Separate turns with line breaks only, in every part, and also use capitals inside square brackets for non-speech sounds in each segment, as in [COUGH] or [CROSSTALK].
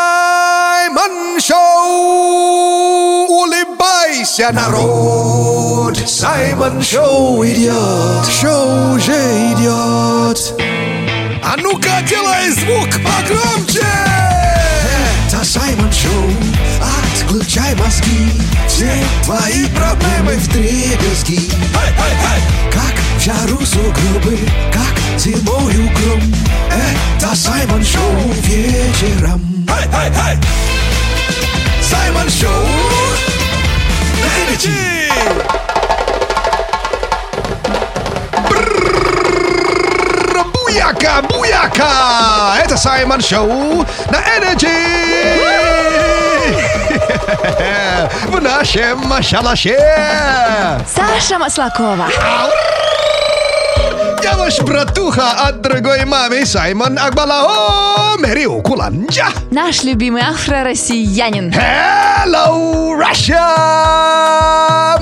Саймон Шоу! Улыбайся, народ! Саймон Шоу идет! Шоу уже идет! А ну-ка, делай звук погромче! Это Саймон Шоу, отключай мозги Все твои проблемы в дребезги Как в жару сугробы, как зимою гром Это Саймон Шоу вечером Саймон Шоу на Energy! Буяка, буяка! Это Саймон Шоу на [LAUGHS] Energy! В нашем шалаше!
Саша Маслакова.
Я ваш братуха от другой мамы Саймон Акбалао Мериу Куланджа!
Наш любимый афро-россиянин.
Hello, Russia!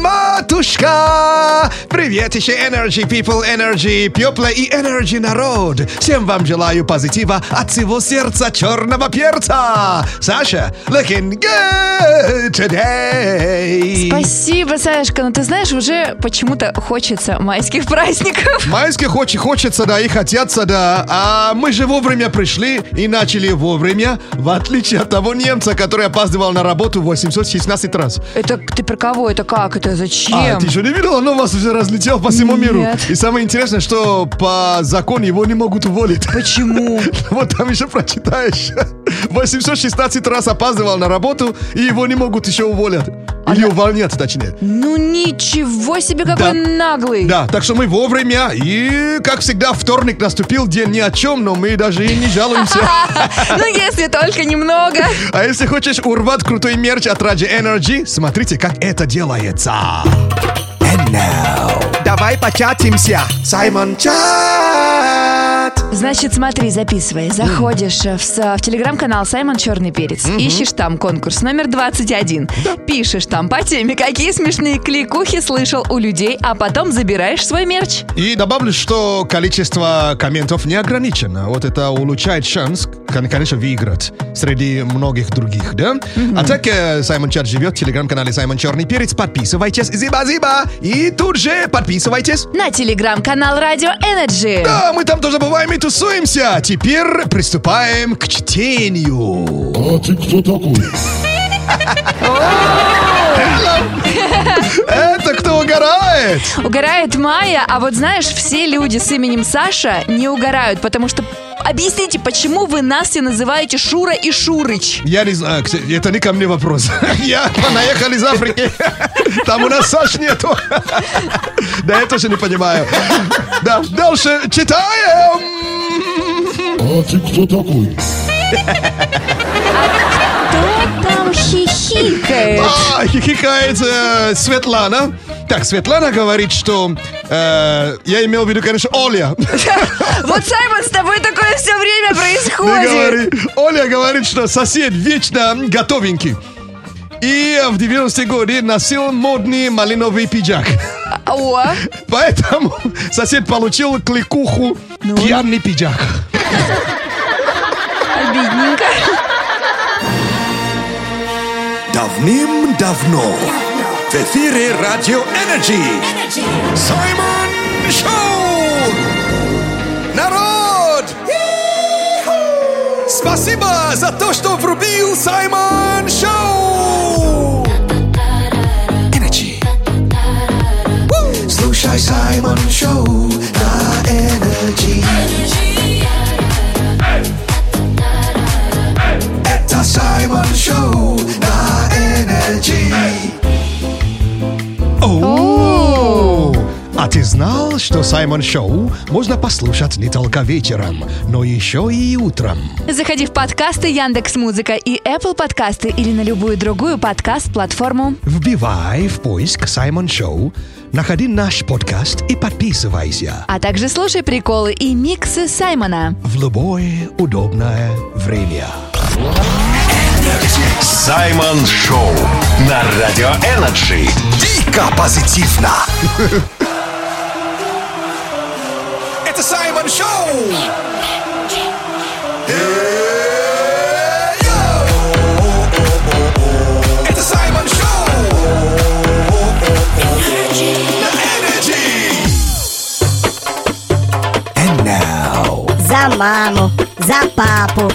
Матушка! Привет еще Energy People, Energy People и Energy народ! Всем вам желаю позитива от всего сердца черного перца! Саша, looking good today!
Спасибо, Сашка, но ты знаешь, уже почему-то хочется майских праздников.
Майских очень хочется, да, и хотятся, да. А мы же вовремя пришли и начали вовремя, в отличие от того немца, который опаздывал на работу 816 раз.
Это ты про кого? Это как? Это зачем?
А, ты еще не видел? Оно у вас уже разлетело по всему миру.
Нет.
И самое интересное, что по закону его не могут уволить. [LAUGHS]
Почему?
Вот там еще прочитаешь. [LAUGHS] 816 раз опаздывал на работу, и его не могут еще уволить. Или увольнять, точнее.
Ну ничего себе,
Да.
какой наглый.
Да, так что мы вовремя, и, как всегда, вторник наступил, день ни о чем, но мы даже и не жалуемся.
[LAUGHS] Ну если только немного.
А если хочешь урвать крутой мерч от Раджи Energy, смотрите, как это делается. Давай початимся. Саймон Чат.
Значит, смотри, записывай. Заходишь э, в, с- в телеграм-канал Саймон Черный Перец. Ищешь там конкурс номер 21. Пишешь там по теме, какие смешные кликухи слышал у людей, а потом забираешь свой мерч.
И добавлю, что количество комментов не ограничено. Вот это улучшает шанс, кон- конечно, выиграть среди многих других, да? А так э, Саймон Чат живет в телеграм-канале Саймон Черный Перец. Подписывайтесь, зиба-зиба. И тут же подписывайтесь
На телеграм-канал Радио Energy.
Да, А, мы там тоже бываем и тусуемся. А Теперь приступаем к чтению.
А ты кто такой?
Это кто угорает?
Угорает Майя, а вот знаешь, все люди с именем Саша не угорают, потому что Объясните, почему вы нас все называете Шура и Шурыч?
Я не знаю, кстати, это не ко мне вопрос. [LAUGHS] Я понаехал из Африки. [LAUGHS] Там у нас Саш нету. [LAUGHS] Да я тоже не понимаю. Да, дальше читаем.
А ты кто такой?
Кто там хихикает?
А, хихикает э, Светлана. Так, Светлана говорит, что... э, я имел в виду, конечно, Оля.
[LAUGHS] Вот, Саймон, с тобой такое все время
Не
происходит.
говори. Оля говорит, что сосед вечно готовенький. И в 90-е годы носил модный малиновый пиджак.
О,
Поэтому сосед получил кликуху пьяный пиджак.
обидненько.
Давным-давно в эфире Радио Энерджи Саймон Шоу! Народ! Спасибо за то, что врубил Саймон Шоу! Energy. Слушай Саймон Шоу на Энерджи Это Саймон Шоу на Энерджи
О! А ты знал, что Саймон Шоу можно послушать не только вечером, но еще и утром?
Заходи в подкасты Яндекс Музыка и Apple подкасты или на любую другую подкаст-платформу.
Вбивай в поиск Саймон Шоу, находи наш подкаст и подписывайся
А также слушай приколы и миксы Саймона.
в любое удобное время.
Саймон Шоу на Радио Энерджи.
Дико позитивно. Это Саймон Шоу.
маму, за папу.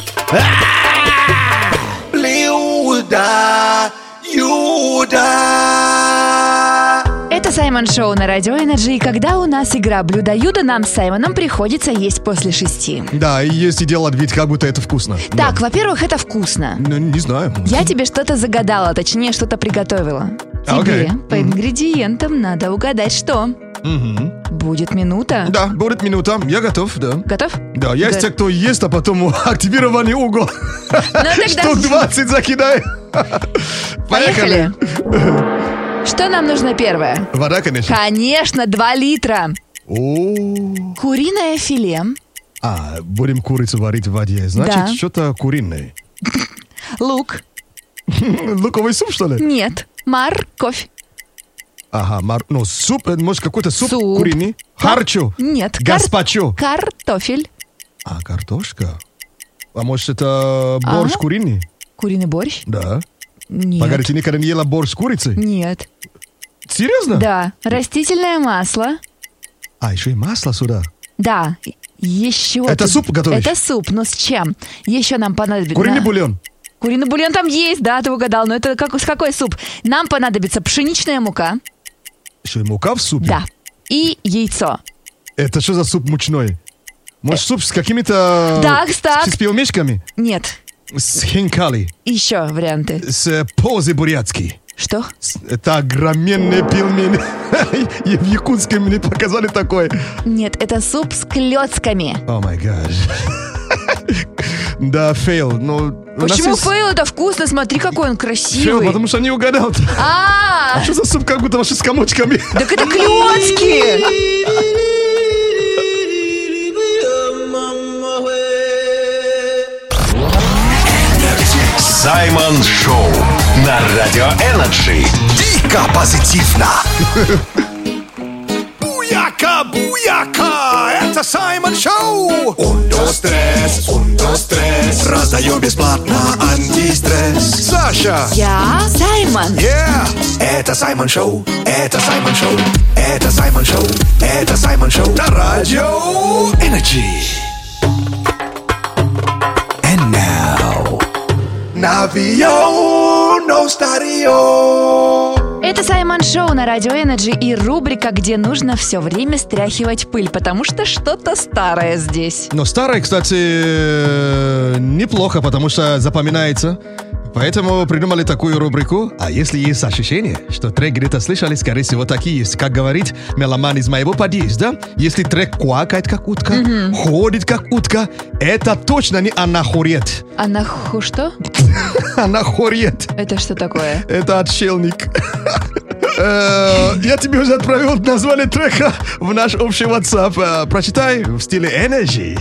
Блюда, юда.
Это Саймон Шоу на Радио Энерджи, и когда у нас игра блюдо юда, нам с Саймоном приходится есть после шести.
Да, и если делать вид, как будто это вкусно.
Так, во-первых, это вкусно.
Ну, не знаю.
Я тебе что-то загадала, точнее, что-то приготовила. Тебе
А, Окей.
по ингредиентам надо угадать, что. Будет минута.
Да, будет минута. Я готов, да. [LAUGHS]
Готов? Ну,
Да, есть те,
Г-
кто ест, а потом [LAUGHS] активирование угол.
Ну, тогда
Штук 20 [LAUGHS] закидай.
Поехали. [LAUGHS] Что нам нужно первое?
Вода, конечно.
Конечно, 2 литра.
О,
Куриное филе,
А, будем курицу варить в воде. Значит,
Да.
что-то куриное.
лук,
Луковый суп, что ли?
нет, морковь,
Ага, мар- ну, суп, э, может, какой-то суп,
Суп.
куриный. Харчо.
нет, кар-
Гаспачо.
картофель,
А, картошка. А может, это борщ
Ага.
куриный?
куриный борщ,
Да.
А? нет,
Погоди, ты никогда не ела борщ с курицей?
нет,
Серьезно?
да, растительное масло,
А, еще и масло сюда.
да, еще.
Это
тут-
суп готовишь?
Это суп, но с чем? Еще нам понадобится...
Куриный бульон.
Куриный бульон там есть, да, ты угадал, но это как, с какой суп? Нам понадобится пшеничная мука,
Еще и мука в супе.
да, и яйцо.
Это что за суп мучной? Может, суп с какими-то...
Так, так.
С пивомешками?
Нет,
С хинкали.
еще варианты.
С э, позы бурятский.
Что?
С- Это огроменные пельмени. [LAUGHS] И в Якутске мне показали такой.
Нет, это суп с клетками.
О май гад. [LAUGHS] Да, фейл. Но у нас
Почему
есть
фейл это вкусно? Смотри, какой он красивый.
Фейл, потому что не угадал. [LAUGHS]
А,
Что за суп как будто вообще с комочками? [LAUGHS]
так это клетки.
Саймон Шоу на Радио Энерджи.
Дико позитивно. Буяка, буяка, это Саймон Шоу. Он до стресс, он до стресс. Раздаю бесплатно антистресс. Саша.
Я Саймон.
Yeah. Это Саймон Шоу, это Саймон Шоу, это Саймон Шоу, это Саймон Шоу на радио Energy. And now, Navio no stario.
Это Саймон Шоу на Радио Энерджи и рубрика, где нужно все время стряхивать пыль, потому что что-то старое здесь.
Но старое, кстати, э, неплохо, потому что запоминается. Поэтому придумали такую рубрику. А если есть ощущение, что трек где-то слышали, скорее всего, такие есть. Как говорит меломан из моего подъезда, если трек квакает, как утка, ходит, как утка, это точно не [LAUGHS] анахорет.
А наху что?
Анахорет.
Это что такое?
Это отшельник. [LAUGHS] Э, Я тебе уже отправил название трека в наш общий WhatsApp. Э, Прочитай в стиле Energy.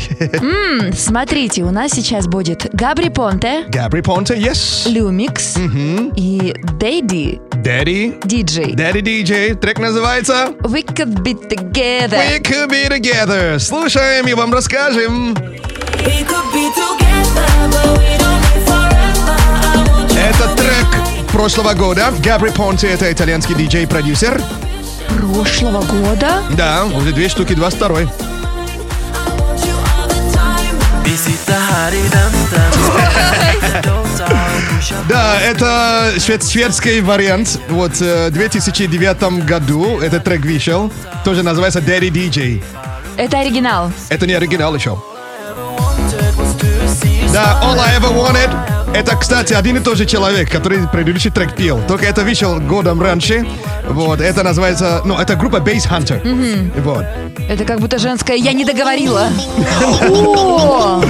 [LAUGHS]
М, Смотрите, у нас сейчас будет Габри Понте,
Габри Понте, yes.
Люмикс и Дэйди,
Daddy.
диджей.
Daddy DJ. Трек называется
We could be together.
We Could Be Together. Слушаем и вам расскажем.
We could be together, but we don't need forever. I want you
Это трек прошлого года. Габри Понте это итальянский диджей-продюсер.
Прошлого года?
Да, уже две штуки, два второй.
all the time.
Да, это швед- шведский вариант. Вот э, в 2009 году этот трек вышел. Тоже называется Daddy DJ.
Это оригинал.
Это не оригинал еще. Да, All I Ever Wanted. Это, кстати, один и тот же человек, который предыдущий трек пел. Только это вышел годом раньше. Вот, это называется... Ну, это группа Bass Hunter. Вот.
Это как будто женское «я не договорила». О,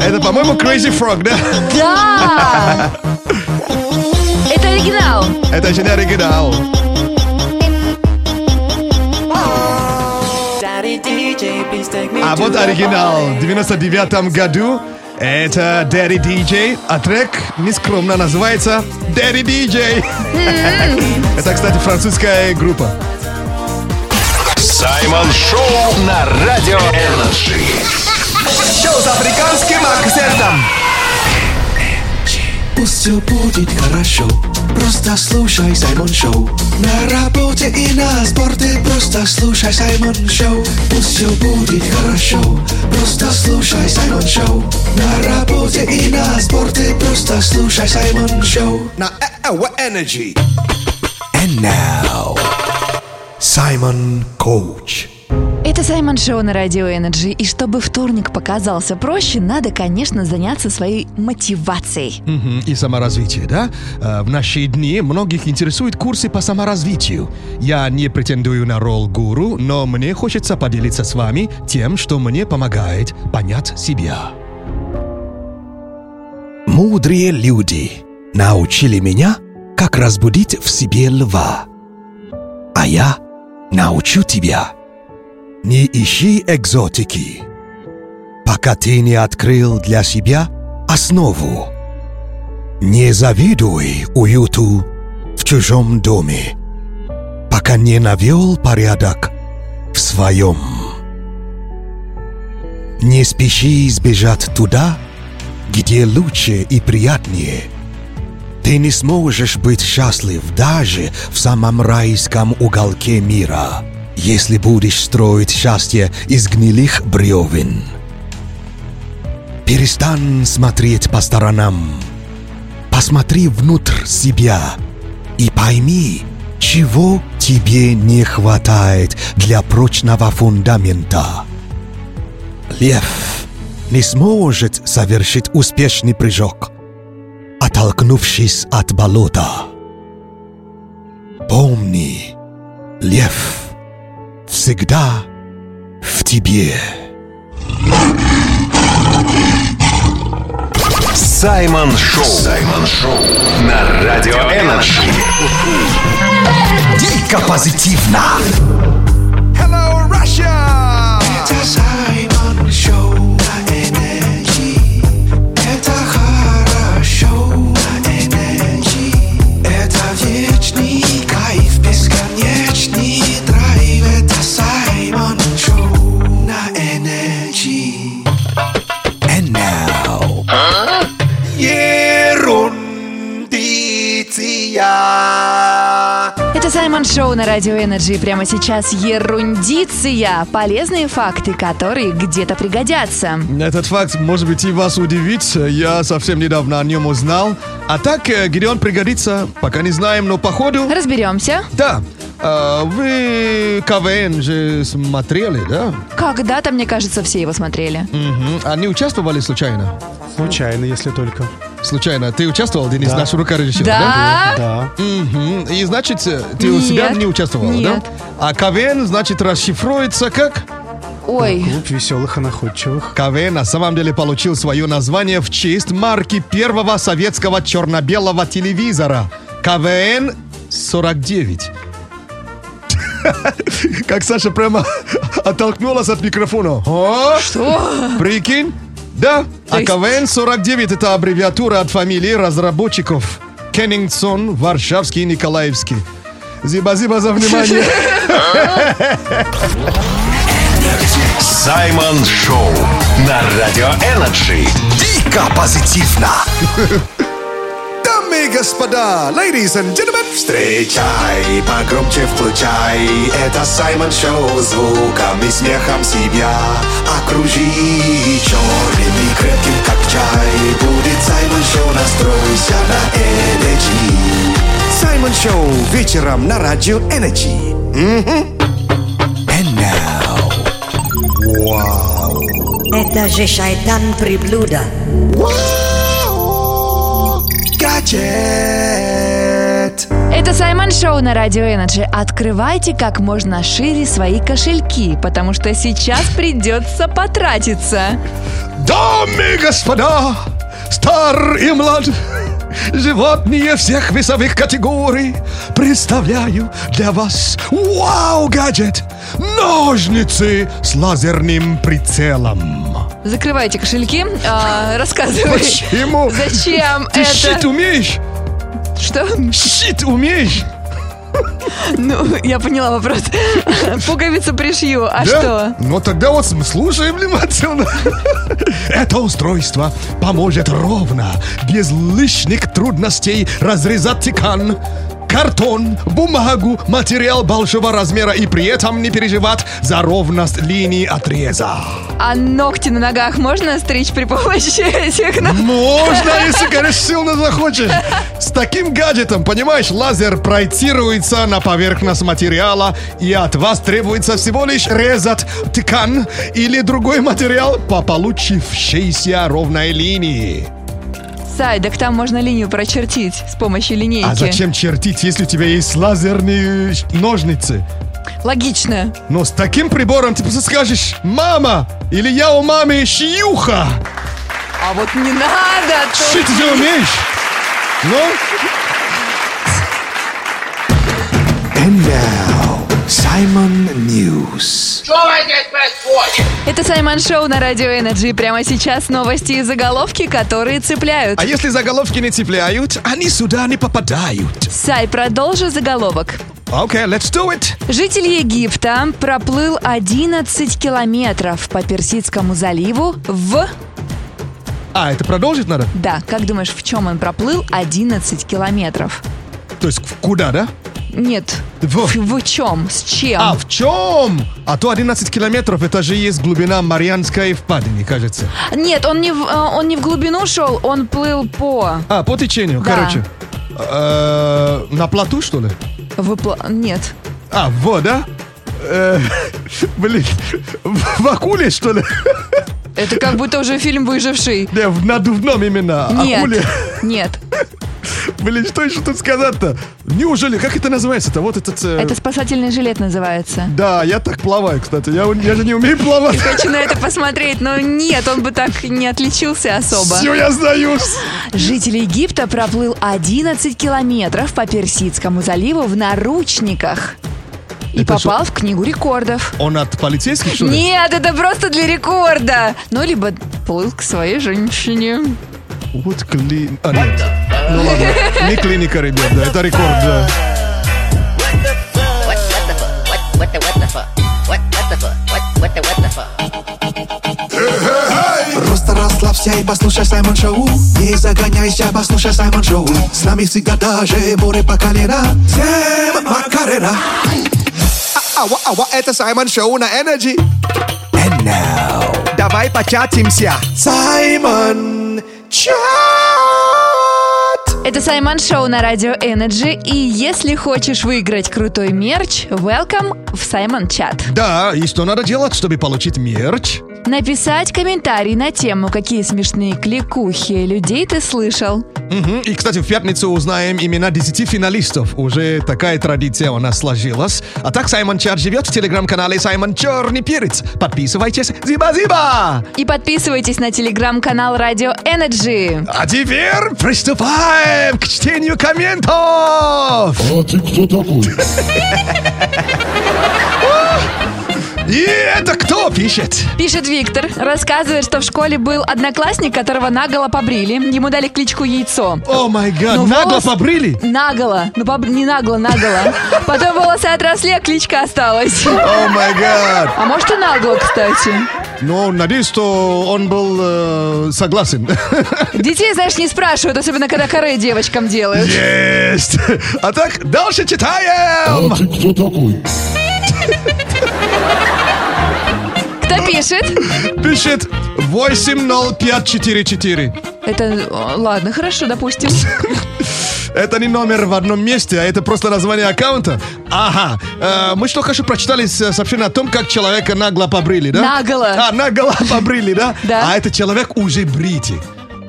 Это, по-моему, Crazy Frog, да?
да! Это оригинал.
Это же не оригинал.
Daddy DJ, please take me
Э. А
to
вот
the
оригинал
party.
в 99 году. Это Daddy DJ, а трек нескромно называется Daddy DJ. Это, кстати, французская группа.
Саймон Шоу на Радио Энерджи.
Шоу с африканским акцентом.
Все будет хорошо Просто слушай Саймон Шоу На работе и на спорте Просто слушай Саймон Шоу Пусть все будет хорошо Просто слушай Саймон Шоу На работе и на спорте Просто слушай Саймон Шоу На e, Energy And now Саймон Коуч
Это Саймон Шоу на Радио Энерджи. И чтобы вторник показался проще, надо, конечно, заняться своей мотивацией.
Мгм, И саморазвитие, да? Э, В наши дни многих интересуют курсы по саморазвитию. Я не претендую на роль гуру, но мне хочется поделиться с вами тем, что мне помогает понять себя.
Мудрые люди научили меня, как разбудить в себе льва. А я научу тебя. Не ищи экзотики, пока ты не открыл для себя основу. Не завидуй уюту в чужом доме, пока не навел порядок в своем. Не спеши сбежать туда, где лучше и приятнее. Ты не сможешь быть счастлив даже в самом райском уголке мира, если будешь строить счастье из гнилых бревен. Перестань смотреть по сторонам. Посмотри внутрь себя и пойми, чего тебе не хватает для прочного фундамента. Лев не сможет совершить успешный прыжок, оттолкнувшись от болота. Помни, лев всегда в тебе.
Саймон Шоу. Саймон Шоу на Радио Энерджи.
Дико позитивно!
Hello, Russia!
Это Саймон Шоу на Энерджи. Это хорошо на Энерджи. Это вечный кайф, бесконечный драйв. Это Саймон Шоу на Энерджи. And now... Ерундиция.
Это Саймон Шоу на Радио Энерджи. И Прямо сейчас ерундиция. Полезные факты, которые где-то пригодятся.
Этот факт, может быть, и вас удивит. Я совсем недавно о нем узнал. А так, э, где он пригодится, пока не знаем, но походу...
Разберемся.
Да, э, вы КВН же смотрели, да?
Когда-то, мне кажется, все его смотрели.
Мгм. А не участвовали случайно?
Случайно, если только.
Случайно. Ты участвовал, Денис, наш рукорежиссер,
Да?
Да.
Мгм. И значит, э, ты у
Нет.
себя не участвовал,
Нет.
да? А КВН, значит, расшифруется как?
Ой,
Клуб веселых и находчивых.
КВН на самом деле получил свое название в честь марки первого советского черно-белого телевизора. КВН 49. [LAUGHS] Как Саша прямо оттолкнулась от микрофона. О,
что?
прикинь? Да,
То
а
есть-
КВН 49 это аббревиатура от фамилии разработчиков. Кеннингсон, Варшавский и Николаевский. Зиба-зиба
[LAUGHS]
за внимание.
Саймон Шоу на Радио Энерджи.
Дико позитивно.
Дамы и господа, ladies and gentlemen,
Встречай, погромче включай Это Саймон Шоу Звуком и смехом себя окружи Черным и крепким, как чай Будет Саймон Шоу Настройся на Energy
Саймон Шоу вечером на радио Energy.
And now
Это же шайтан приблюда.
Гаджет.
Это Саймон Шоу на Радио Энерджи. Открывайте как можно шире свои кошельки, потому что сейчас придется потратиться.
Дамы и господа, стар и млад, животные всех весовых категорий, представляю для вас вау-гаджет ножницы с лазерным прицелом.
Закрывайте кошельки, а, рассказывай.
Почему?
Зачем
Ты
это?
щит умеешь?
Что?
Щит умеешь?
Ну, я поняла вопрос. [LAUGHS] Пуговицу пришью,
Да?
а что?
Ну тогда вот слушай внимательно. Это устройство поможет ровно, без лишних трудностей разрезать тикан, картон, бумагу, материал большого размера и при этом не переживать за ровность линии отреза.
А ногти на ногах можно стричь при помощи этих ног?
Можно, если, конечно, сильно захочешь. С таким гаджетом, понимаешь, лазер проецируется на поверхность материала, и от вас требуется всего лишь резать ткань или другой материал по получившейся ровной линии.
Сай, так там можно линию прочертить с помощью линейки.
А зачем чертить, если у тебя есть лазерные э, ножницы?
Логично.
Но с таким прибором ты просто скажешь «Мама!» или «Я у мамы шьюха!»
А вот не надо. то-
Шить ты умеешь? Ну,
And now, Simon News.
Это Саймон Шоу на Радио Энерджи. Прямо сейчас новости и заголовки, которые цепляют.
А если заголовки не цепляют, они сюда не попадают.
Сай, продолжи заголовок.
Окей, let's do it.
Житель Египта проплыл 11 километров по Персидскому заливу в...
А, это продолжить надо?
Да, как думаешь, в чем он проплыл 11 километров?
То есть в- куда, да?
Нет.
Во.
В, в чем? С чем?
А в чем? А то 11 километров, это же есть глубина Марианской впадины, кажется.
Нет, он не, в, э, он не в глубину шел, он плыл по...
А, по течению,
Да.
короче. Э, на плоту, что ли?
выпла- Нет.
А, вода? [LAUGHS] Э, блин, в, в акуле, что [LAUGHS] ли?
Это как будто уже фильм «Выживший».
Да, в надувном именно. [LAUGHS]
Нет.
Акуле.
Нет.
Блин, что еще тут сказать-то? Неужели, как это называется-то? Вот этот... э,
Это спасательный жилет называется.
Да, я так плаваю, кстати. Я, я же не умею плавать.
Хочу на это посмотреть, но нет, он бы так не отличился особо.
Все, я сдаюсь.
Житель Египта проплыл 11 километров по Персидскому заливу в наручниках. И
Это что?
попал в книгу рекордов.
Он от полицейских, что ли?
Нет, это просто для рекорда. Ну, либо плыл к своей женщине.
Вот кли... А, нет. Ну ладно, не клиника, ребят, да, это рекорд, да.
Просто расслабься и послушай Саймон Шоу Не загоняйся, послушай Саймон Шоу С нами всегда даже море по колено Всем Макарена Ауа, ауа, это Саймон Шоу на Energy And now Давай початимся Саймон Чат
Это Саймон Шоу на Радио Energy. И если хочешь выиграть крутой мерч, welcome в Саймон Чат.
Да, и что надо делать, чтобы получить мерч?
Написать комментарий на тему, какие смешные кликухи людей ты слышал.
Мгм. И, кстати, в пятницу узнаем имена 10 финалистов. Уже такая традиция у нас сложилась. А так Саймон Чар живет в телеграм-канале Саймон Черный Перец. Подписывайтесь. Зиба-зиба!
И подписывайтесь на телеграм-канал Радио Energy.
А теперь приступаем к чтению комментов!
А ты кто такой?
И это кто пишет?
Пишет Виктор, рассказывает, что в школе был одноклассник, которого наголо побрили. Ему дали кличку Яйцо.
О май
Ну,
гад, нагло
волос-
побрили?
Наголо. Ну, поб- не нагло, наголо. Потом волосы отросли, а кличка осталась.
О май гад!
А может и нагло, кстати.
Ну, надеюсь, что он был э, согласен.
Детей, знаешь, не спрашивают, особенно когда коры девочкам делают.
Есть! [LAUGHS] А так, дальше читаем!
А ты кто такой?
Кто пишет?
Пишет 80544.
Это, о, ладно, хорошо, допустим.
Это не номер в одном месте, а это просто название аккаунта. Ага. Э, мы что, хорошо прочитали с- сообщение о том, как человека нагло побрили, да?
Наголо.
А, наголо побрили, да?
[LAUGHS] Да.
А этот человек уже бритый.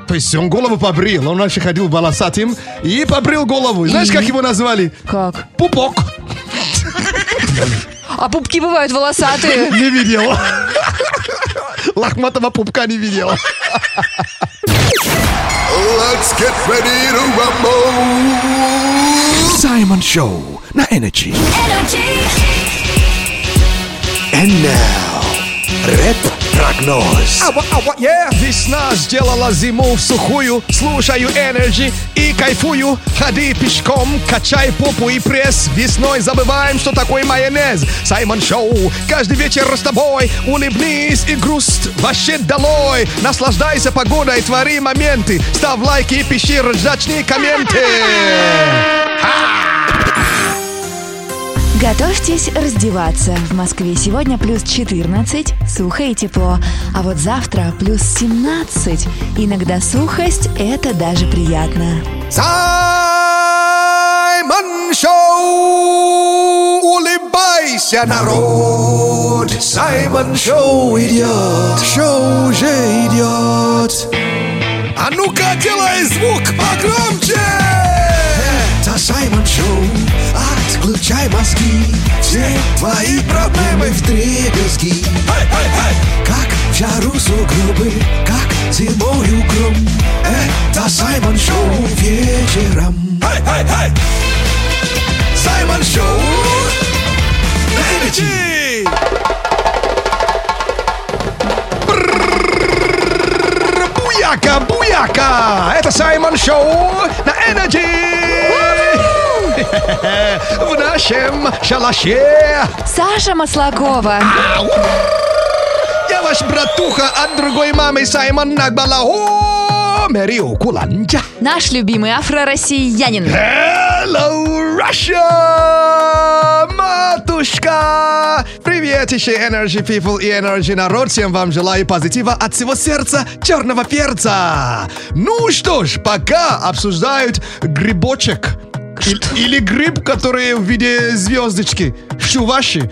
То есть он голову побрил, он раньше ходил волосатым и побрил голову. Знаешь,
И?
как его назвали?
Как?
Пупок.
А пупки бывают волосатые.
Не видела. Лохматого пупка не видела.
Саймон Шоу на Energy. And now, рэп про
Прогноз.
Ава, ава, yeah. Весна сделала зиму в сухую. Слушаю Energy и кайфую. Ходи пешком, качай попу и пресс. Весной забываем, что такое майонез. Саймон Шоу, каждый вечер с тобой. Улыбнись и грусть вообще долой. Наслаждайся погодой, твори моменты. Став лайки и пиши ржачные комменты.
Готовьтесь раздеваться. В Москве сегодня плюс 14, сухо и тепло. А вот завтра плюс 17. Иногда сухость – это даже приятно.
Саймон Шоу! Улыбайся, народ! Саймон Шоу идет! Шоу уже идет! А ну-ка, делай звук погромче! Это Саймон Шоу! Отключай мозги! Все твои проблемы в дребезги! Как в жару сугробы, как зимою гром Это Саймон Шоу вечером Саймон Шоу на Energy.
Буяка, буяка! Это Саймон Шоу на Energy! В нашем шалаше!
Саша Маслакова.
Я ваш братуха от другой мамы Саймон Нагбалао! Мерио Куланджа!
Наш любимый афро-россиянин.
Hello, Russia! Матушка! Привет еще Energy People и Energy народ. Всем вам желаю позитива от всего сердца черного перца. Ну что ж, пока обсуждают грибочек. Или, или гриб, который в виде звездочки. Чуваши.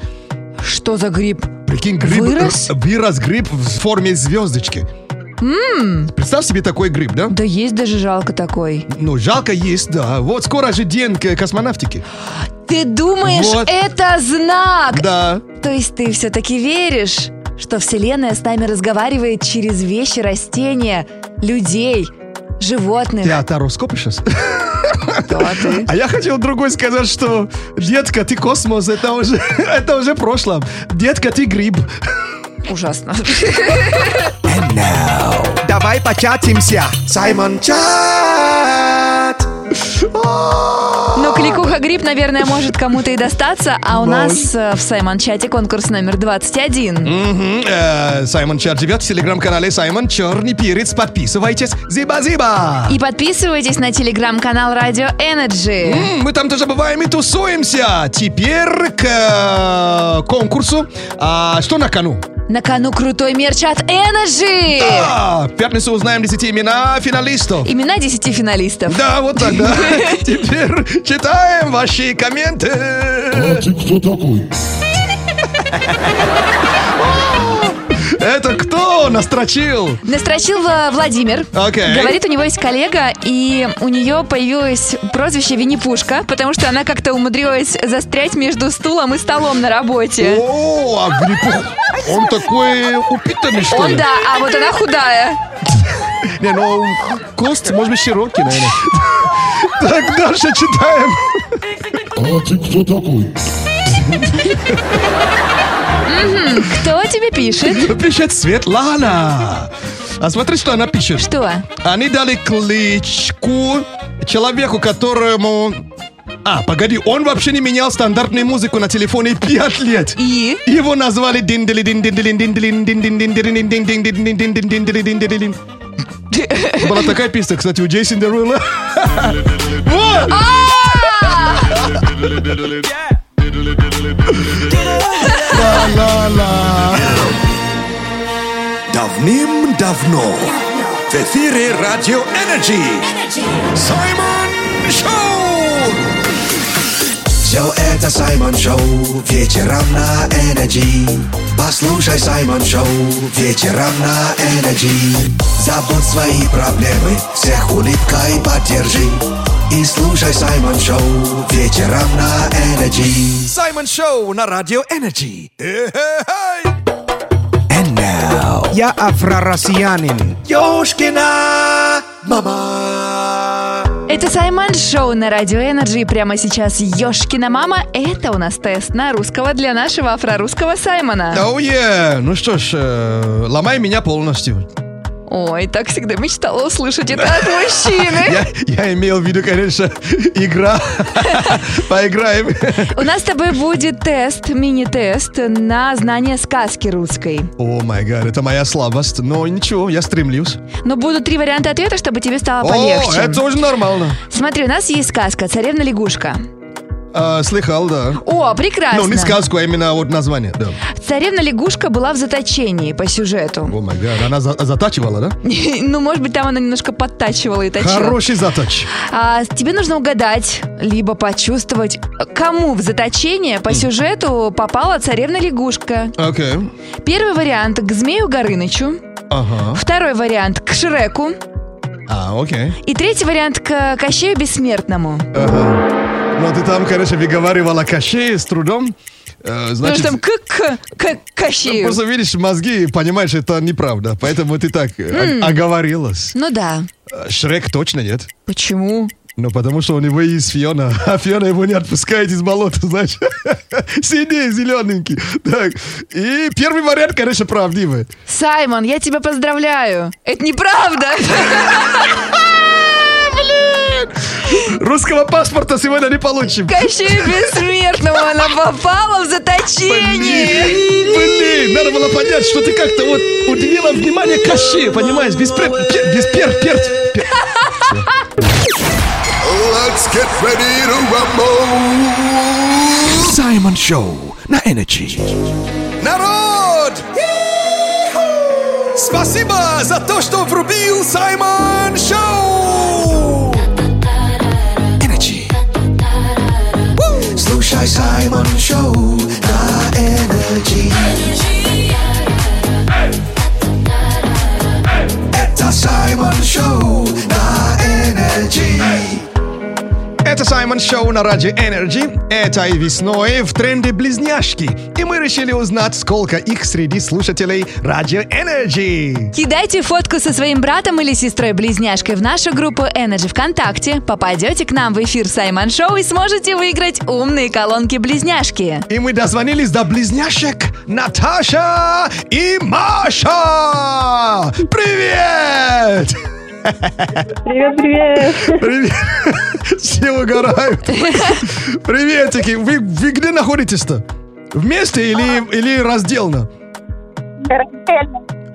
Что за гриб?
Прикинь, гриб,
Вырос?
э, вырос гриб в форме звездочки. Представь себе такой гриб, да?
Да есть даже жалко такой.
Ну, жалко есть, да. Вот скоро же день к- космонавтики.
Ты думаешь,
Вот.
это знак?
Да.
То есть ты все-таки веришь, что Вселенная с нами разговаривает через вещи, растения, людей, животных?
Ты от гороскопа сейчас?
Да, ты.
А я хотел другой сказать, что детка, ты космос, это уже, [LAUGHS] это уже прошлое. Детка, ты гриб.
Ужасно.
Давай початимся. Саймон Чат.
Но кликуха гриб, наверное, может кому-то и достаться, а у нас э, в Саймон-чате конкурс номер 21.
э, Саймон Чар живет в телеграм-канале Саймон Черный Перец. Подписывайтесь. Зиба-зиба.
И подписывайтесь на телеграм-канал Радио Energy.
М, Мы там тоже бываем и тусуемся. Теперь к э, конкурсу. А, что на кону?
На кону крутой мерч от Energy.
А, в пятницу узнаем 10 имена финалистов.
Имена 10 финалистов.
Да, вот так,
[LAUGHS]
да. Теперь читаем ваши комменты.
А ты кто такой?
Это кто настрочил?
Настрочил э, Владимир.
Окей.
Говорит, у него есть коллега, и у нее появилось прозвище Винни-Пушка, потому что она как-то умудрилась застрять между стулом и столом на работе.
О, а Гриппух, он такой упитанный, что
Он
ли?
да, а вот она худая.
Не, ну, кост, может быть, широкий, наверное. Так, дальше читаем.
А ты кто такой?
Кто тебе пишет?
Пишет Светлана. А смотри, что она пишет.
Что?
Они дали кличку человеку, которому... А, погоди, он вообще не менял стандартную музыку на телефоне 5 лет.
И?
Его назвали диндели дин дин дин дин дин дин дин дин дин дин дин дин дин дин дин дин дин дин Была такая песня, кстати, у Джейсин Дерула. Вот! Ла-ла-ла.
Давным-давно в эфире Радио Energy. Саймон Шоу. Все это Саймон Шоу вечером на Energy. Послушай Саймон Шоу вечером на Energy. Забудь свои проблемы, всех улыбкой поддержи. И слушай Саймон Шоу вечером на Energy. Саймон Шоу на Радио Energy. And now...
А,
Я афро-россиянин.
Ёшкина мама.
Это Саймон Шоу на Радио Энерджи. И прямо сейчас Ёшкина мама. Это у нас тест на русского для нашего афрорусского Саймона.
Оу, Ну что ж, э, ломай меня полностью.
Ой, так всегда мечтала услышать это
[LAUGHS]
от мужчины.
Я, я имел в виду, конечно, игра. Поиграем.
У нас с тобой будет тест, мини-тест на знание сказки русской.
О май гад, это моя слабость. Но ничего, я стремлюсь.
Но будут три варианта ответа, чтобы тебе стало
О,
А полегче.
это тоже нормально.
Смотри, у нас есть сказка «Царевна лягушка».
А, слыхал, да.
О, прекрасно.
Ну, не сказку, а именно вот название. Да.
Царевна лягушка была в заточении по сюжету.
О май гад, она за- затачивала, да?
[LAUGHS] Ну, может быть, там она немножко подтачивала и точила.
Хороший затач.
А тебе нужно угадать, либо почувствовать, кому в заточение по сюжету попала царевна лягушка.
Окей.
Первый вариант к змею Горынычу,
Ага.
второй вариант к Шреку
А, окей.
и третий вариант к Кощею Бессмертному.
А Ага. Ну, ты там, конечно, выговаривала кощей с трудом. Э,
Потому
Значит,
что там к, к, к Кощею.
просто видишь мозги и понимаешь, это неправда. Поэтому ты так э, о- оговорилась.
Ну да.
Э, Шрек точно нет.
Почему?
Ну, потому что у него есть Фиона, [LAUGHS] а Фиона его не отпускает из болота, [LAUGHS] знаешь. Сиди, зелененький. Так, и первый вариант, конечно, правдивый.
Саймон, я тебя поздравляю. Это неправда. [LAUGHS]
Русского паспорта сегодня не получим.
Кощею Бессмертному она попала в заточение.
Блин, блин, надо было понять, что ты как-то вот уделила внимание Кащею, понимаешь, без пер... пер- без пер... пер... пер-
Саймон Шоу на Energy. Народ! Спасибо за то, что врубил Саймон Шоу! Energy. Слушай Саймон Шоу на Energy. Это Саймон Шоу на Energy.
Это Саймон Шоу на Радио Энерджи. Это и весной в тренде близняшки. И мы решили узнать, сколько их среди слушателей Радио Энерджи.
Кидайте фотку со своим братом или сестрой-близняшкой в нашу группу Energy ВКонтакте, попадете к нам в эфир Саймон Шоу и сможете выиграть умные колонки-близняшки.
И мы дозвонились до близняшек Наташа и Маша! Привет! Привет, привет! [LAUGHS] Привет! Все угорают.
[LAUGHS]
Приветики! Вы, вы где находитесь-то? Вместе или,
А.
или разделно?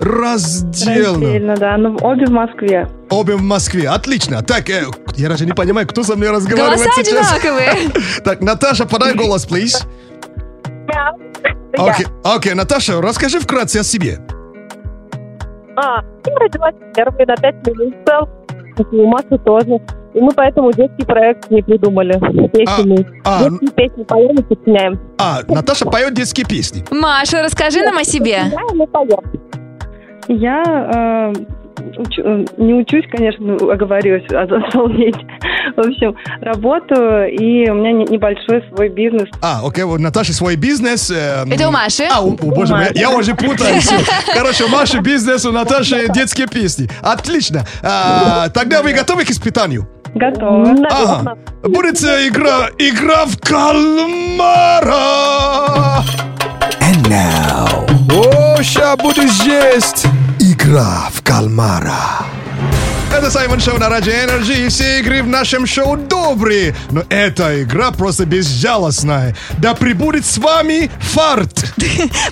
Разделно.
Раздельно, да.
Ну,
Но обе в Москве.
Обе в Москве. Отлично. Так, э, я даже не понимаю, кто со мной разговаривает
Голоса
сейчас.
одинаковые.
[LAUGHS] Так, Наташа, подай голос, please. Окей, окей, Наташа, расскажи вкратце о себе.
А, я родилась первой на 5 месяцев. И у Маши тоже. И мы поэтому детский проект не придумали. Песни.
А, а,
Детские песни поем и сочиняем.
А, Наташа поет детские песни.
Маша, расскажи нам о себе.
Да, и мы поем.
Я э, учу- э, не учусь, конечно, оговорюсь, а заполнить. [LAUGHS] В общем, работаю, и у меня не- небольшой свой бизнес.
А, окей, вот Наташа свой бизнес. эм,
Это у Маши.
А, у, у, боже мой, я уже путаюсь. Короче, у Маши бизнес, у Наташи детские песни. Отлично. А, тогда вы готовы к испытанию?
Готова.
Ага. Будет э, игра, игра в кальмара.
And now...
О, ща буду есть.
Игра в кальмара.
Это Саймон Шоу на Радио Энерджи, и все игры в нашем шоу добрые. Но эта игра просто безжалостная. Да прибудет с вами фарт.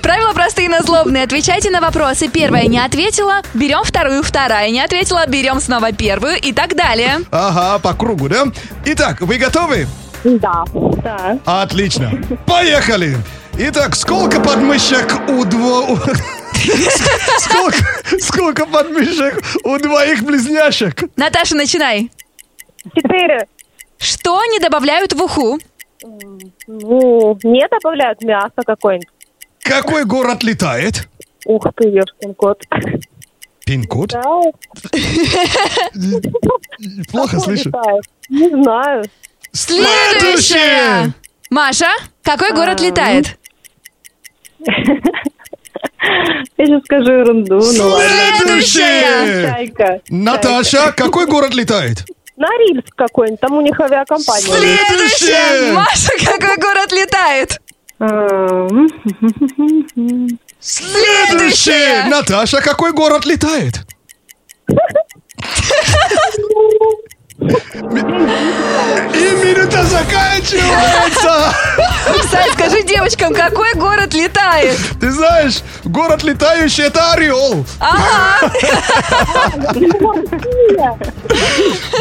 Правила простые, но злобные. Отвечайте на вопросы. Первая не ответила, берем вторую, вторая не ответила, берем снова первую и так далее.
Ага, по кругу, да? Итак, вы готовы?
Да.
Да.
Отлично. Поехали. Итак, сколько подмышек у дво... [LAUGHS] Сколько, сколько подмышек у двоих близняшек?
Наташа, начинай.
Четыре.
Что не добавляют в уху?
Ну, не добавляют мясо какое-нибудь.
Какой город летает?
Ух ты, ешкин кот.
Пин-код?
Да,
Плохо
кто
слышу.
летает? Не знаю.
Следующее!
Маша, какой город летает?
Я сейчас скажу
ну
ерунду, но ладно.
Следующее!
Чайка.
Наташа, какой город летает?
Норильск какой-нибудь, там у них авиакомпания.
Следующая! Маша, какой город летает?
А,
Следующий! Наташа, какой город летает? И минута заканчивается!
Сань, скажи девочкам, какой город летает?
Ты знаешь, город летающий это Орел.
Ага.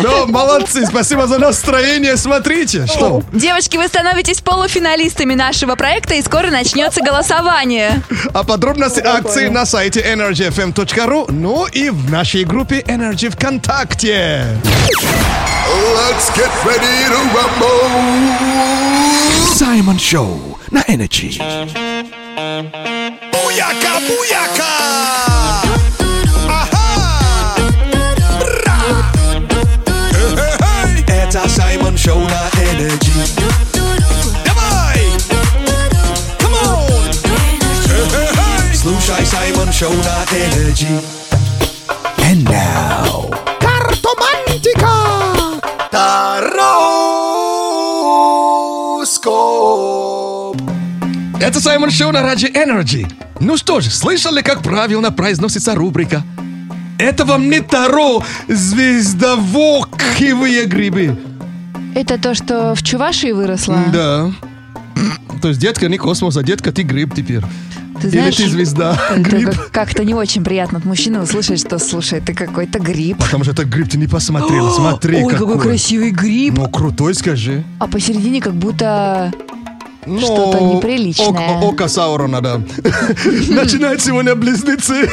Ну, молодцы, спасибо за настроение. Смотрите, что.
Девочки, вы становитесь полуфиналистами нашего проекта, и скоро начнется голосование.
А подробности акции на сайте energyfm.ru, ну и в нашей группе Energy ВКонтакте.
Let's get ready to rumble.
Саймон Шоу на Energy.
Буяка, буяка! Ага! Ра! Эй, эй, эй! Это Саймон Шоу на Energy. Давай! Come on! Эй, эй, эй! Слушай Саймон Шоу на Energy. And now... Картомантика! Тароскоп!
Это Саймон Шоу на Раджи Energy. Ну что же, слышали, как правильно произносится рубрика? Это вам не Таро, звездовокхивые грибы.
Это то, что в Чувашии выросло?
Да. То есть детка не космос, а детка ты гриб теперь.
Ты
Или
знаешь,
ты звезда, [LAUGHS]
это
гриб.
как- Как-то не очень приятно от мужчины услышать, что, слушай, ты какой-то гриб.
Потому что это гриб ты не посмотрела. Смотри,
Ой, какой красивый гриб.
Ну, крутой, скажи.
А посередине как будто...
Ну,
Что-то неприличное.
ок- Око Саурона,
[LAUGHS]
да. Начинают сегодня близнецы.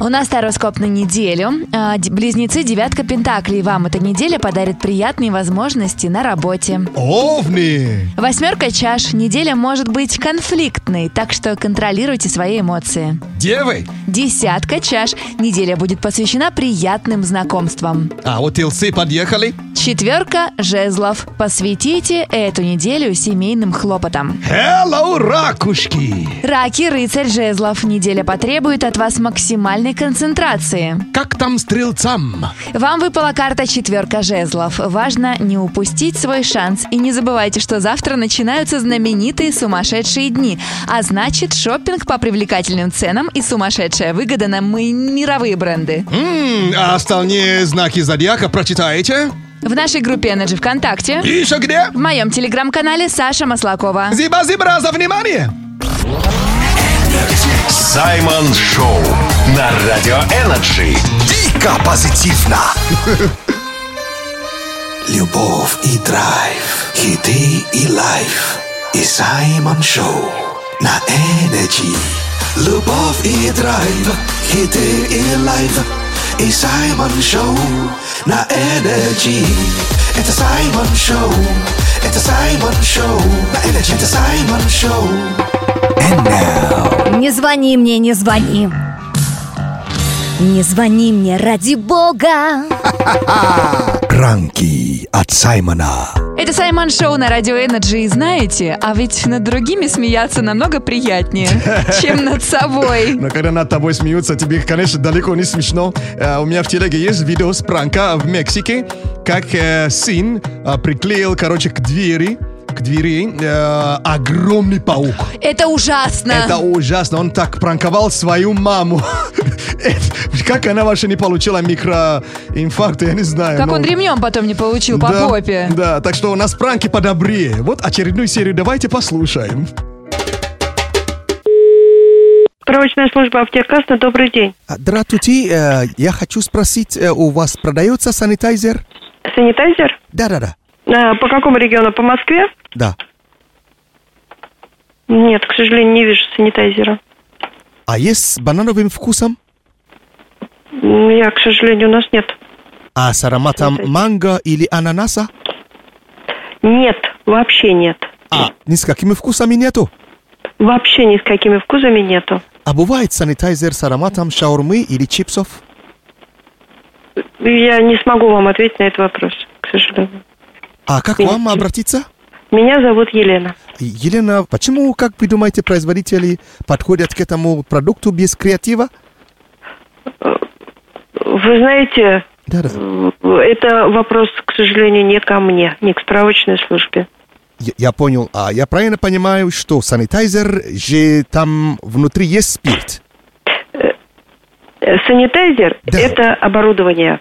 У нас тароскоп на неделю. А, д- Близнецы девятка пентаклей. Вам эта неделя подарит приятные возможности на работе.
Овни.
Восьмерка чаш. Неделя может быть конфликтной, так что контролируйте свои эмоции.
Девы.
Десятка чаш. Неделя будет посвящена приятным знакомствам.
А вот Илсы подъехали.
Четверка жезлов. Посвятите эту неделю семейным хлопотам.
Hello, ракушки.
Раки, рыцарь жезлов. Неделя потребует от вас максимальной концентрации.
Как там стрелцам?
Вам выпала карта четверка жезлов. Важно не упустить свой шанс. И не забывайте, что завтра начинаются знаменитые сумасшедшие дни. А значит, шопинг по привлекательным ценам и сумасшедшая выгода на мы- мировые бренды.
М, а остальные знаки зодиака прочитаете?
В нашей группе Energy ВКонтакте,
И еще где?
в моем телеграм-канале Саша Маслакова.
Зиба-зибра за внимание!
Саймон Шоу на Радио Энерджи.
Дико позитивно! Любовь и драйв, хиты и лайф. И Саймон Шоу на Энерджи. Любовь и драйв, хиты и лайф. И Саймон Шоу на Энерджи. Это Саймон Шоу, это Саймон Шоу на Энерджи. Это Саймон Шоу.
Не звони мне, не звони. Не звони мне, ради бога.
Ранки от Саймона.
Это Саймон Шоу на Радио Энерджи. И знаете, а ведь над другими смеяться намного приятнее, чем над собой.
Но когда над тобой смеются, тебе, конечно, далеко не смешно. Э, у меня в телеге есть видео с пранка в Мексике, как э, сын э, приклеил, короче, к двери, к двери э, огромный паук.
Это ужасно.
Это ужасно. Он так пранковал свою маму. [LAUGHS] Это- Как она вообще не получила микроинфаркт, я не знаю.
Как
но-
он ремнем потом не получил Ну, по
ну. да,
попе.
Да, так что у нас пранки подобрее. Вот очередную серию давайте послушаем.
Справочная служба Аптекасна, добрый день.
А, Дратути, э, я хочу спросить, э, у вас продается санитайзер?
Санитайзер?
Да-да-да.
А, по какому региону? По Москве?
Да.
Нет, к сожалению, не вижу санитайзера.
А есть с банановым вкусом?
М, Я, к сожалению, у нас нет.
А с ароматом манго или ананаса?
Нет, вообще нет.
А, ни с какими вкусами нету.
Вообще ни с какими вкусами нету.
А бывает санитайзер с ароматом шаурмы или чипсов?
Ну, Я не смогу вам ответить на этот вопрос, к сожалению.
А как вам обратиться?
Меня зовут Елена.
Елена, почему, как вы думаете, производители подходят к этому продукту без креатива?
Вы знаете,
Да, да.
Это вопрос, к сожалению, не ко мне, не к справочной службе.
Я, я понял. А я правильно понимаю, что санитайзер же там внутри есть спирт?
Э, Санитайзер – это оборудование.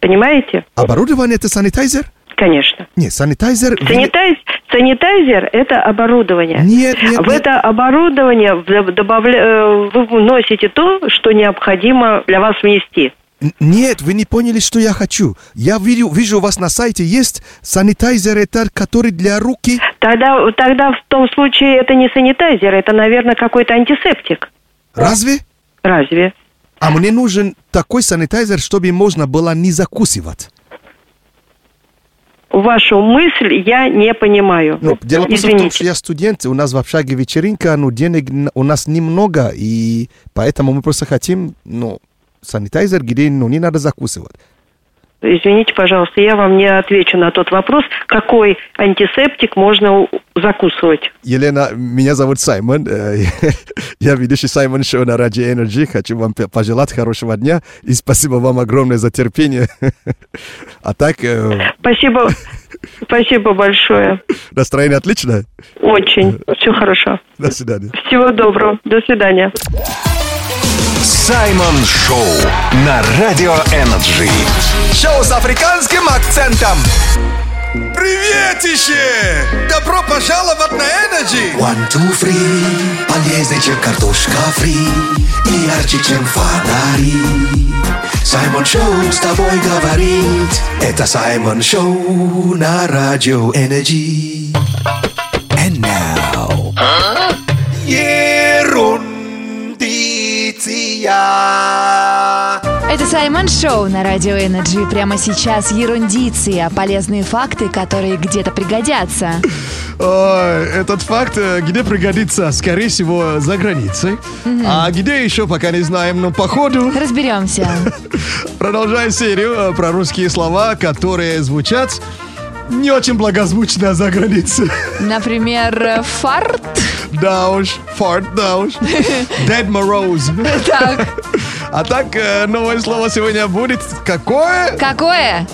Понимаете?
Оборудование это санитайзер?
Конечно.
Нет, санитайзер...
Санитайз, санитайзер – это оборудование.
Нет, нет,
в это оборудование в- добавля- э, вы вносите то, что необходимо для вас внести.
Нет, вы не поняли, что я хочу. Я вижу, вижу у вас на сайте есть санитайзер, это который для руки.
Тогда, тогда в том случае это не санитайзер, это, наверное, какой-то антисептик.
Разве?
Разве?
А мне нужен такой санитайзер, чтобы можно было не закусывать.
Вашу мысль я не понимаю.
Ну, дело просто в том,
Э, Извините.
что я студент, у нас в общаге вечеринка, но денег н- у нас немного, и поэтому мы просто хотим, ну, санитайзер, где ну, не надо закусывать.
Извините, пожалуйста, я вам не отвечу на тот вопрос, какой антисептик можно у- закусывать.
Елена, меня зовут Саймон. э, [LAUGHS] Я ведущий Саймон Шоу на Радио Energy. Хочу вам п- пожелать хорошего дня и спасибо вам огромное за терпение. [LAUGHS] А так, э, [LAUGHS]
Спасибо. Спасибо большое.
настроение отличное.
Очень. Все хорошо.
До свидания.
Всего доброго. До свидания.
Саймон Шоу на Радио Энерджи.
Шоу с африканским акцентом. Приветище! Добро пожаловать на Energy! One, two, three. Полезнее, чем картошка фри. И ярче, чем фонари. Саймон Шоу с тобой говорит. Это Саймон Шоу на радио Energy. And now... Ерундиция.
Это Саймон Шоу на Радио Энерджи. Прямо сейчас ерундиция, полезные факты, которые где-то пригодятся.
Ой, этот факт, э, где пригодится, скорее всего, за границей. А где еще, пока не знаем, но походу...
Разберемся.
Продолжаем серию э, про русские слова, которые звучат не очень благозвучно за границей. [LAUGHS]
Например, э, фарт.
Да уж, фарт, да уж. Dead Мороз.
Так.
А так, э, новое слово сегодня будет какое?
Какое?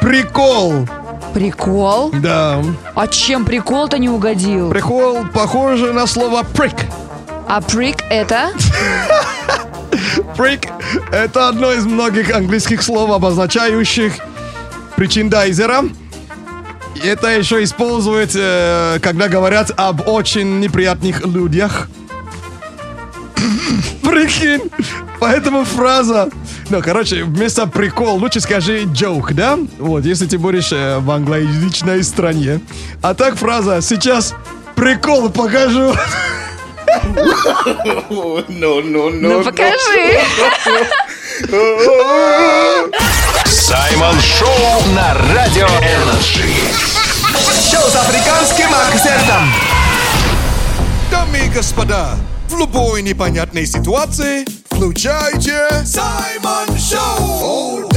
Прикол.
Прикол?
Да.
А чем прикол-то не угодил?
Прикол похоже на слово prick.
А прик это?
Prick – это одно из многих английских слов, обозначающих причиндайзера. И Это еще используют, э, когда говорят об очень неприятных людях. [COUGHS] Прикинь! Поэтому фраза... Ну, короче, вместо прикол лучше скажи joke, да? Вот, если ты будешь э, в англоязычной стране. А так фраза «сейчас прикол покажу».
No, no,
Ну покажи.
Саймон Шоу на Радио Энерджи.
Шоу с африканским акцентом. Дамы и господа, в любой непонятной ситуации включайте Саймон Шоу.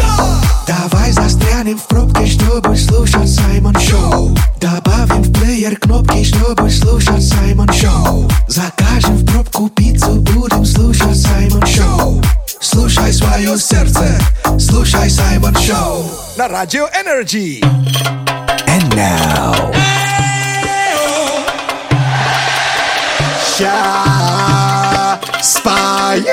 Давай застрянем в пробке, чтобы слушать Саймон Шоу. Добавим в плеер кнопки, чтобы слушать Саймон Шоу. Закажем в пробку пиццу, будем слушать Саймон Шоу. Слушай свое сердце, слушай Саймон Шоу. На радио Energy. And now.
Я спою.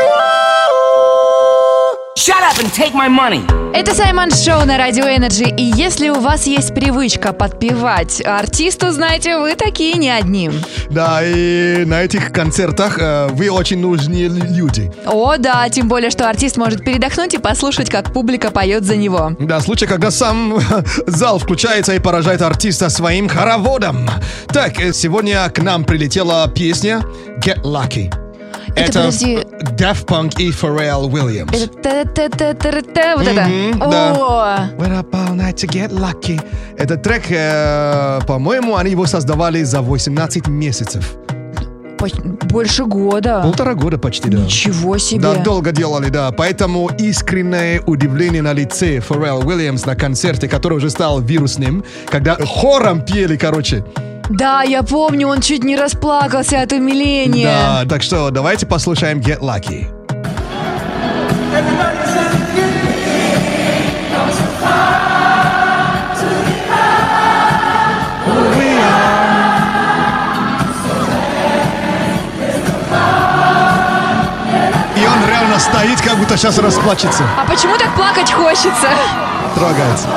Shut up and take my money.
Это Саймон Шоу на Радио Энерджи. И если у вас есть привычка подпевать артисту, знаете, вы такие не одни.
Да, и на этих концертах э, вы очень нужны люди.
О, да, тем более, что артист может передохнуть и послушать, как публика поет за него.
Да, случай, когда сам [LAUGHS] зал включается и поражает артиста своим хороводом. Так, э, сегодня к нам прилетела песня Get Lucky.
Это, подожди.
Daft Punk и Pharrell Williams.
Это та-та-та-та-та, вот это.
Мгм,
О,
да. We're up all night to get lucky. Этот трек, э, по-моему, они его создавали за 18 месяцев.
поч- больше года.
Полтора года почти, да.
Ничего себе.
Да, долго делали, да. Поэтому искреннее удивление на лице Форел Уильямс на концерте, который уже стал вирусным, когда хором пели, короче.
Да, я помню, он чуть не расплакался от умиления.
Да, так что давайте послушаем Get Lucky.
Everybody say,
Кто-то сейчас расплачется.
А почему так плакать хочется?
Трогается.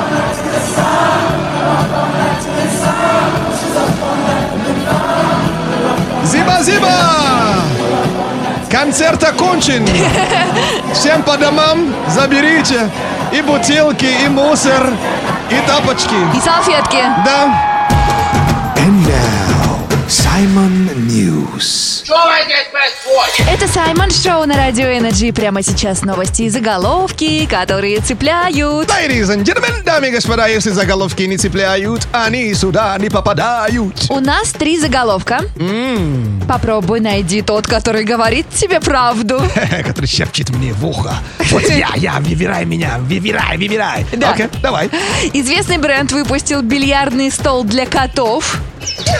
Зиба-зиба! Концерт окончен. Всем по домам заберите и бутылки, и мусор, и тапочки.
И салфетки.
Да.
And now, Simon News.
Это Саймон Шоу на Радио Энерджи. Прямо сейчас новости и заголовки, которые цепляют.
Ladies and gentlemen, дамы и господа, если заголовки не цепляют, они сюда не попадают.
У нас три заголовка. Попробуй найди тот, который говорит тебе правду.
Который шепчет мне в ухо.
[LAUGHS]
Вот я, я, выбирай меня, выбирай, выбирай.
Да.
Окей, давай.
Известный бренд выпустил бильярдный стол для котов.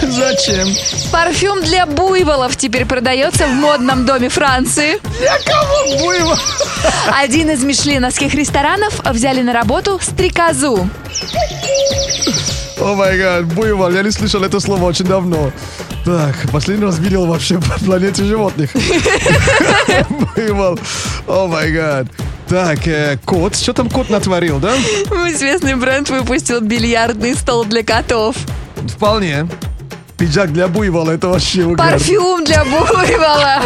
Зачем?
Парфюм для буйволов теперь продается в модном доме Франции.
Для кого буйвол?
Один из мишленовских ресторанов взяли на работу стрекозу.
О май гад, буйвол, я не слышал это слово очень давно. Так, последний раз видел вообще по планете животных. Буйвол, о май гад. Так, э, кот, что там кот натворил, да?
Известный бренд выпустил бильярдный стол для котов.
Вполне. Пиджак для буйвола, это вообще угар.
Парфюм для буйвола.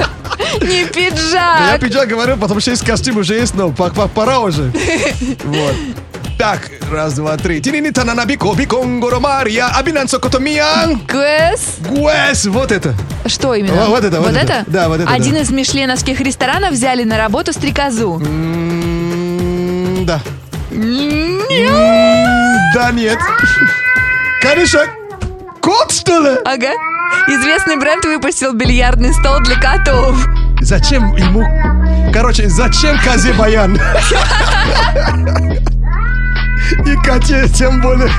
Не
Да Я
пиджак.
пиджак говорю, потому что есть костюм, уже есть, но пак- пак- пора уже. Вот. Так, раз, два, три. Тининитанана бико, биконгоро мария, абинансо котомиян.
Квес.
Гуэс, вот это.
Что именно?
Во- вот это, вот это. Да, вот это, да.
Один из мишленовских ресторанов взяли на работу стрекозу.
М, Да.
Нет.
Да нет. Конечно, кот, что ли?
Ага. Известный бренд выпустил бильярдный стол для котов.
Зачем ему... Короче, зачем козе баян? И коте тем более.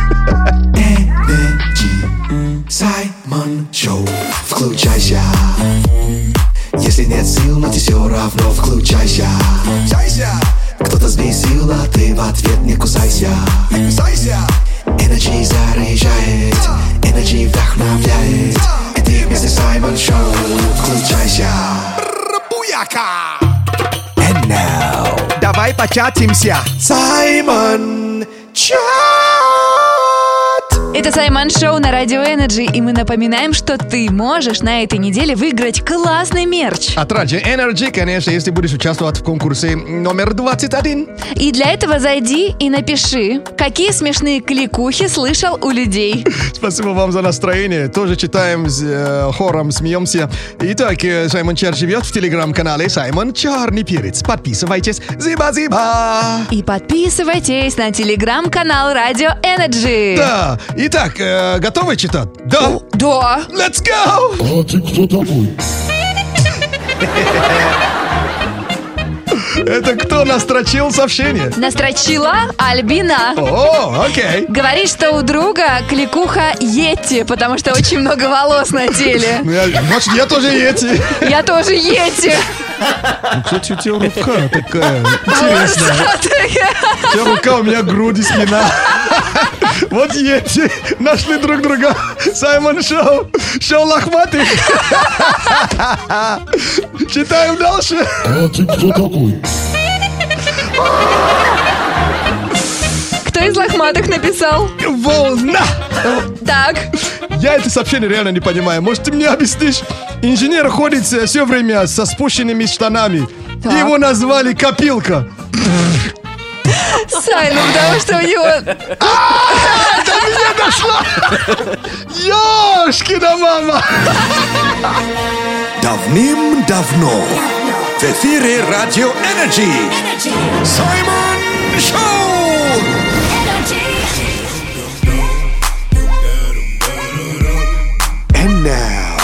Саймон Шоу. Включайся. Если нет сил, но ты все равно включайся. Кто-то сбесил, а ты в ответ не кусайся. Energy заряжает, Energy вдохновляет. И ты вместе с Саймон Шоу. Включайся. And now.
Давай початимся.
Саймон Чат.
Это Саймон Шоу на Радио Энерджи, и мы напоминаем, что ты можешь на этой неделе выиграть классный мерч.
От Radio Energy, конечно, если будешь участвовать в конкурсе номер 21.
И для этого зайди и напиши, какие смешные кликухи слышал у людей.
Спасибо вам за настроение. Тоже читаем с э, хором, смеемся. Итак, э, Саймон Чар живет в телеграм-канале Саймон Чарный Перец. Подписывайтесь. Зиба-зиба!
И подписывайтесь на телеграм-канал Радио Энерджи.
Да. Итак, э, готовы читать? Да.
Да.
Let's go!
А ты кто такой?
Это кто настрочил сообщение?
Настрочила Альбина.
О, окей.
Говорит, что у друга кликуха Йети, потому что очень много волос на теле.
Ну, я- Значит, я тоже ети.
Я тоже Йети.
Кстати, у тебя рука такая.
Волосатая.
У тебя рука, у меня грудь и спина. Вот едьте, нашли друг друга. Саймон Шоу, шоу лохматых. Читаем дальше.
А ты кто такой?
Кто из лохматых написал?
Волна.
Так.
Я это сообщение реально не понимаю. Может, ты мне объяснишь? Инженер ходит все время со спущенными штанами.
Так.
Его назвали Копилка.
Сай, ну потому что у него...
До меня дошла! Ёшкина мама!
Давным-давно в эфире Радио Энерджи Саймон Шоу! And now,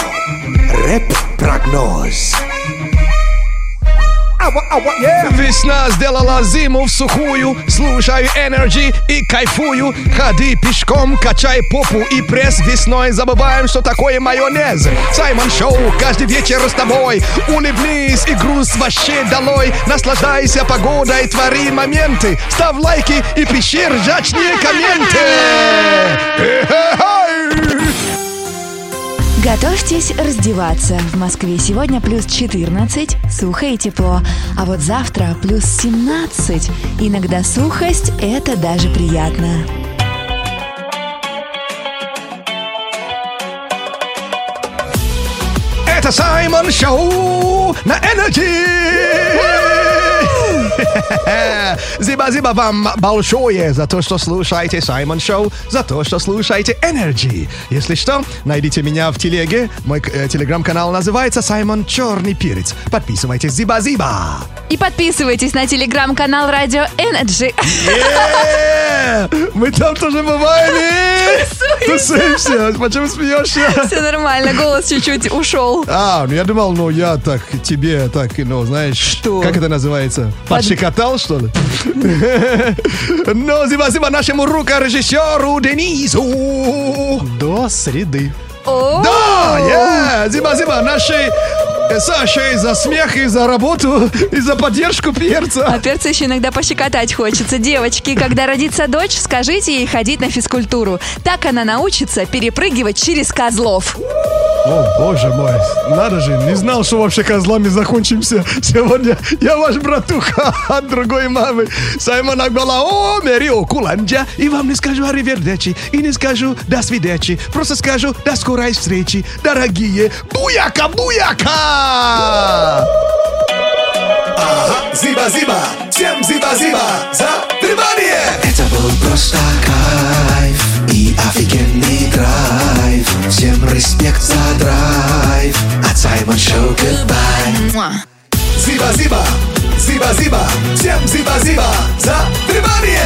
рэп-прогноз.
Весна сделала зиму в сухую Слушаю Energy и кайфую Ходи пешком, качай попу и пресс Весной забываем, что такое майонез Саймон Шоу, каждый вечер с тобой Улыбнись и груз вообще долой Наслаждайся погодой, твори моменты Став лайки и пиши ржачные комменты Э-хе-хай!
Готовьте Торопитесь раздеваться. В Москве сегодня плюс 14, сухо и тепло. А вот завтра плюс 17. Иногда сухость – это даже приятно.
Это Саймон Шоу на Energy! Зиба-зиба вам большое за то, что слушаете Саймон Шоу, за то, что слушаете Energy. Если что, найдите меня в телеге. Мой э, телеграм-канал называется Саймон Черный Перец. Подписывайтесь, зиба-зиба!
И подписывайтесь на телеграм-канал Радио Energy.
Э, Мы там тоже бывали! Тусуемся! Почему смеешься?
Все нормально, голос чуть-чуть ушел.
А, ну я думал, ну я так тебе так, ну знаешь, что? Как это называется? Подщекотал, что ли? [LAUGHS] Ну, спасибо нашему рукорежиссеру Денису.
До среды.
Да, yeah! спасибо нашей э, Саше и за смех, и за работу, и за поддержку перца.
А перца еще иногда пощекотать хочется. Девочки, когда родится дочь, скажите ей ходить на физкультуру. Так она научится перепрыгивать через козлов.
О, боже мой, надо же, не знал, что вообще козлами закончимся. Сегодня я ваш братуха [LAUGHS] от другой мамы. Саймон Акбала, о, Мерио Куланджа. И вам не скажу аривердечи, и не скажу до свидечи. Просто скажу до скорой встречи, дорогие. Буяка, буяка!
Ага, зиба-зиба, всем зиба-зиба за внимание!
Это был просто кайф и офигенный драйв. Всем респект за драйв. От Саймон Шоу goodbye.
Зиба-зиба, зиба-зиба, всем зиба-зиба за внимание!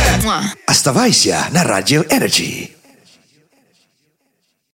Оставайся на Радио Energy.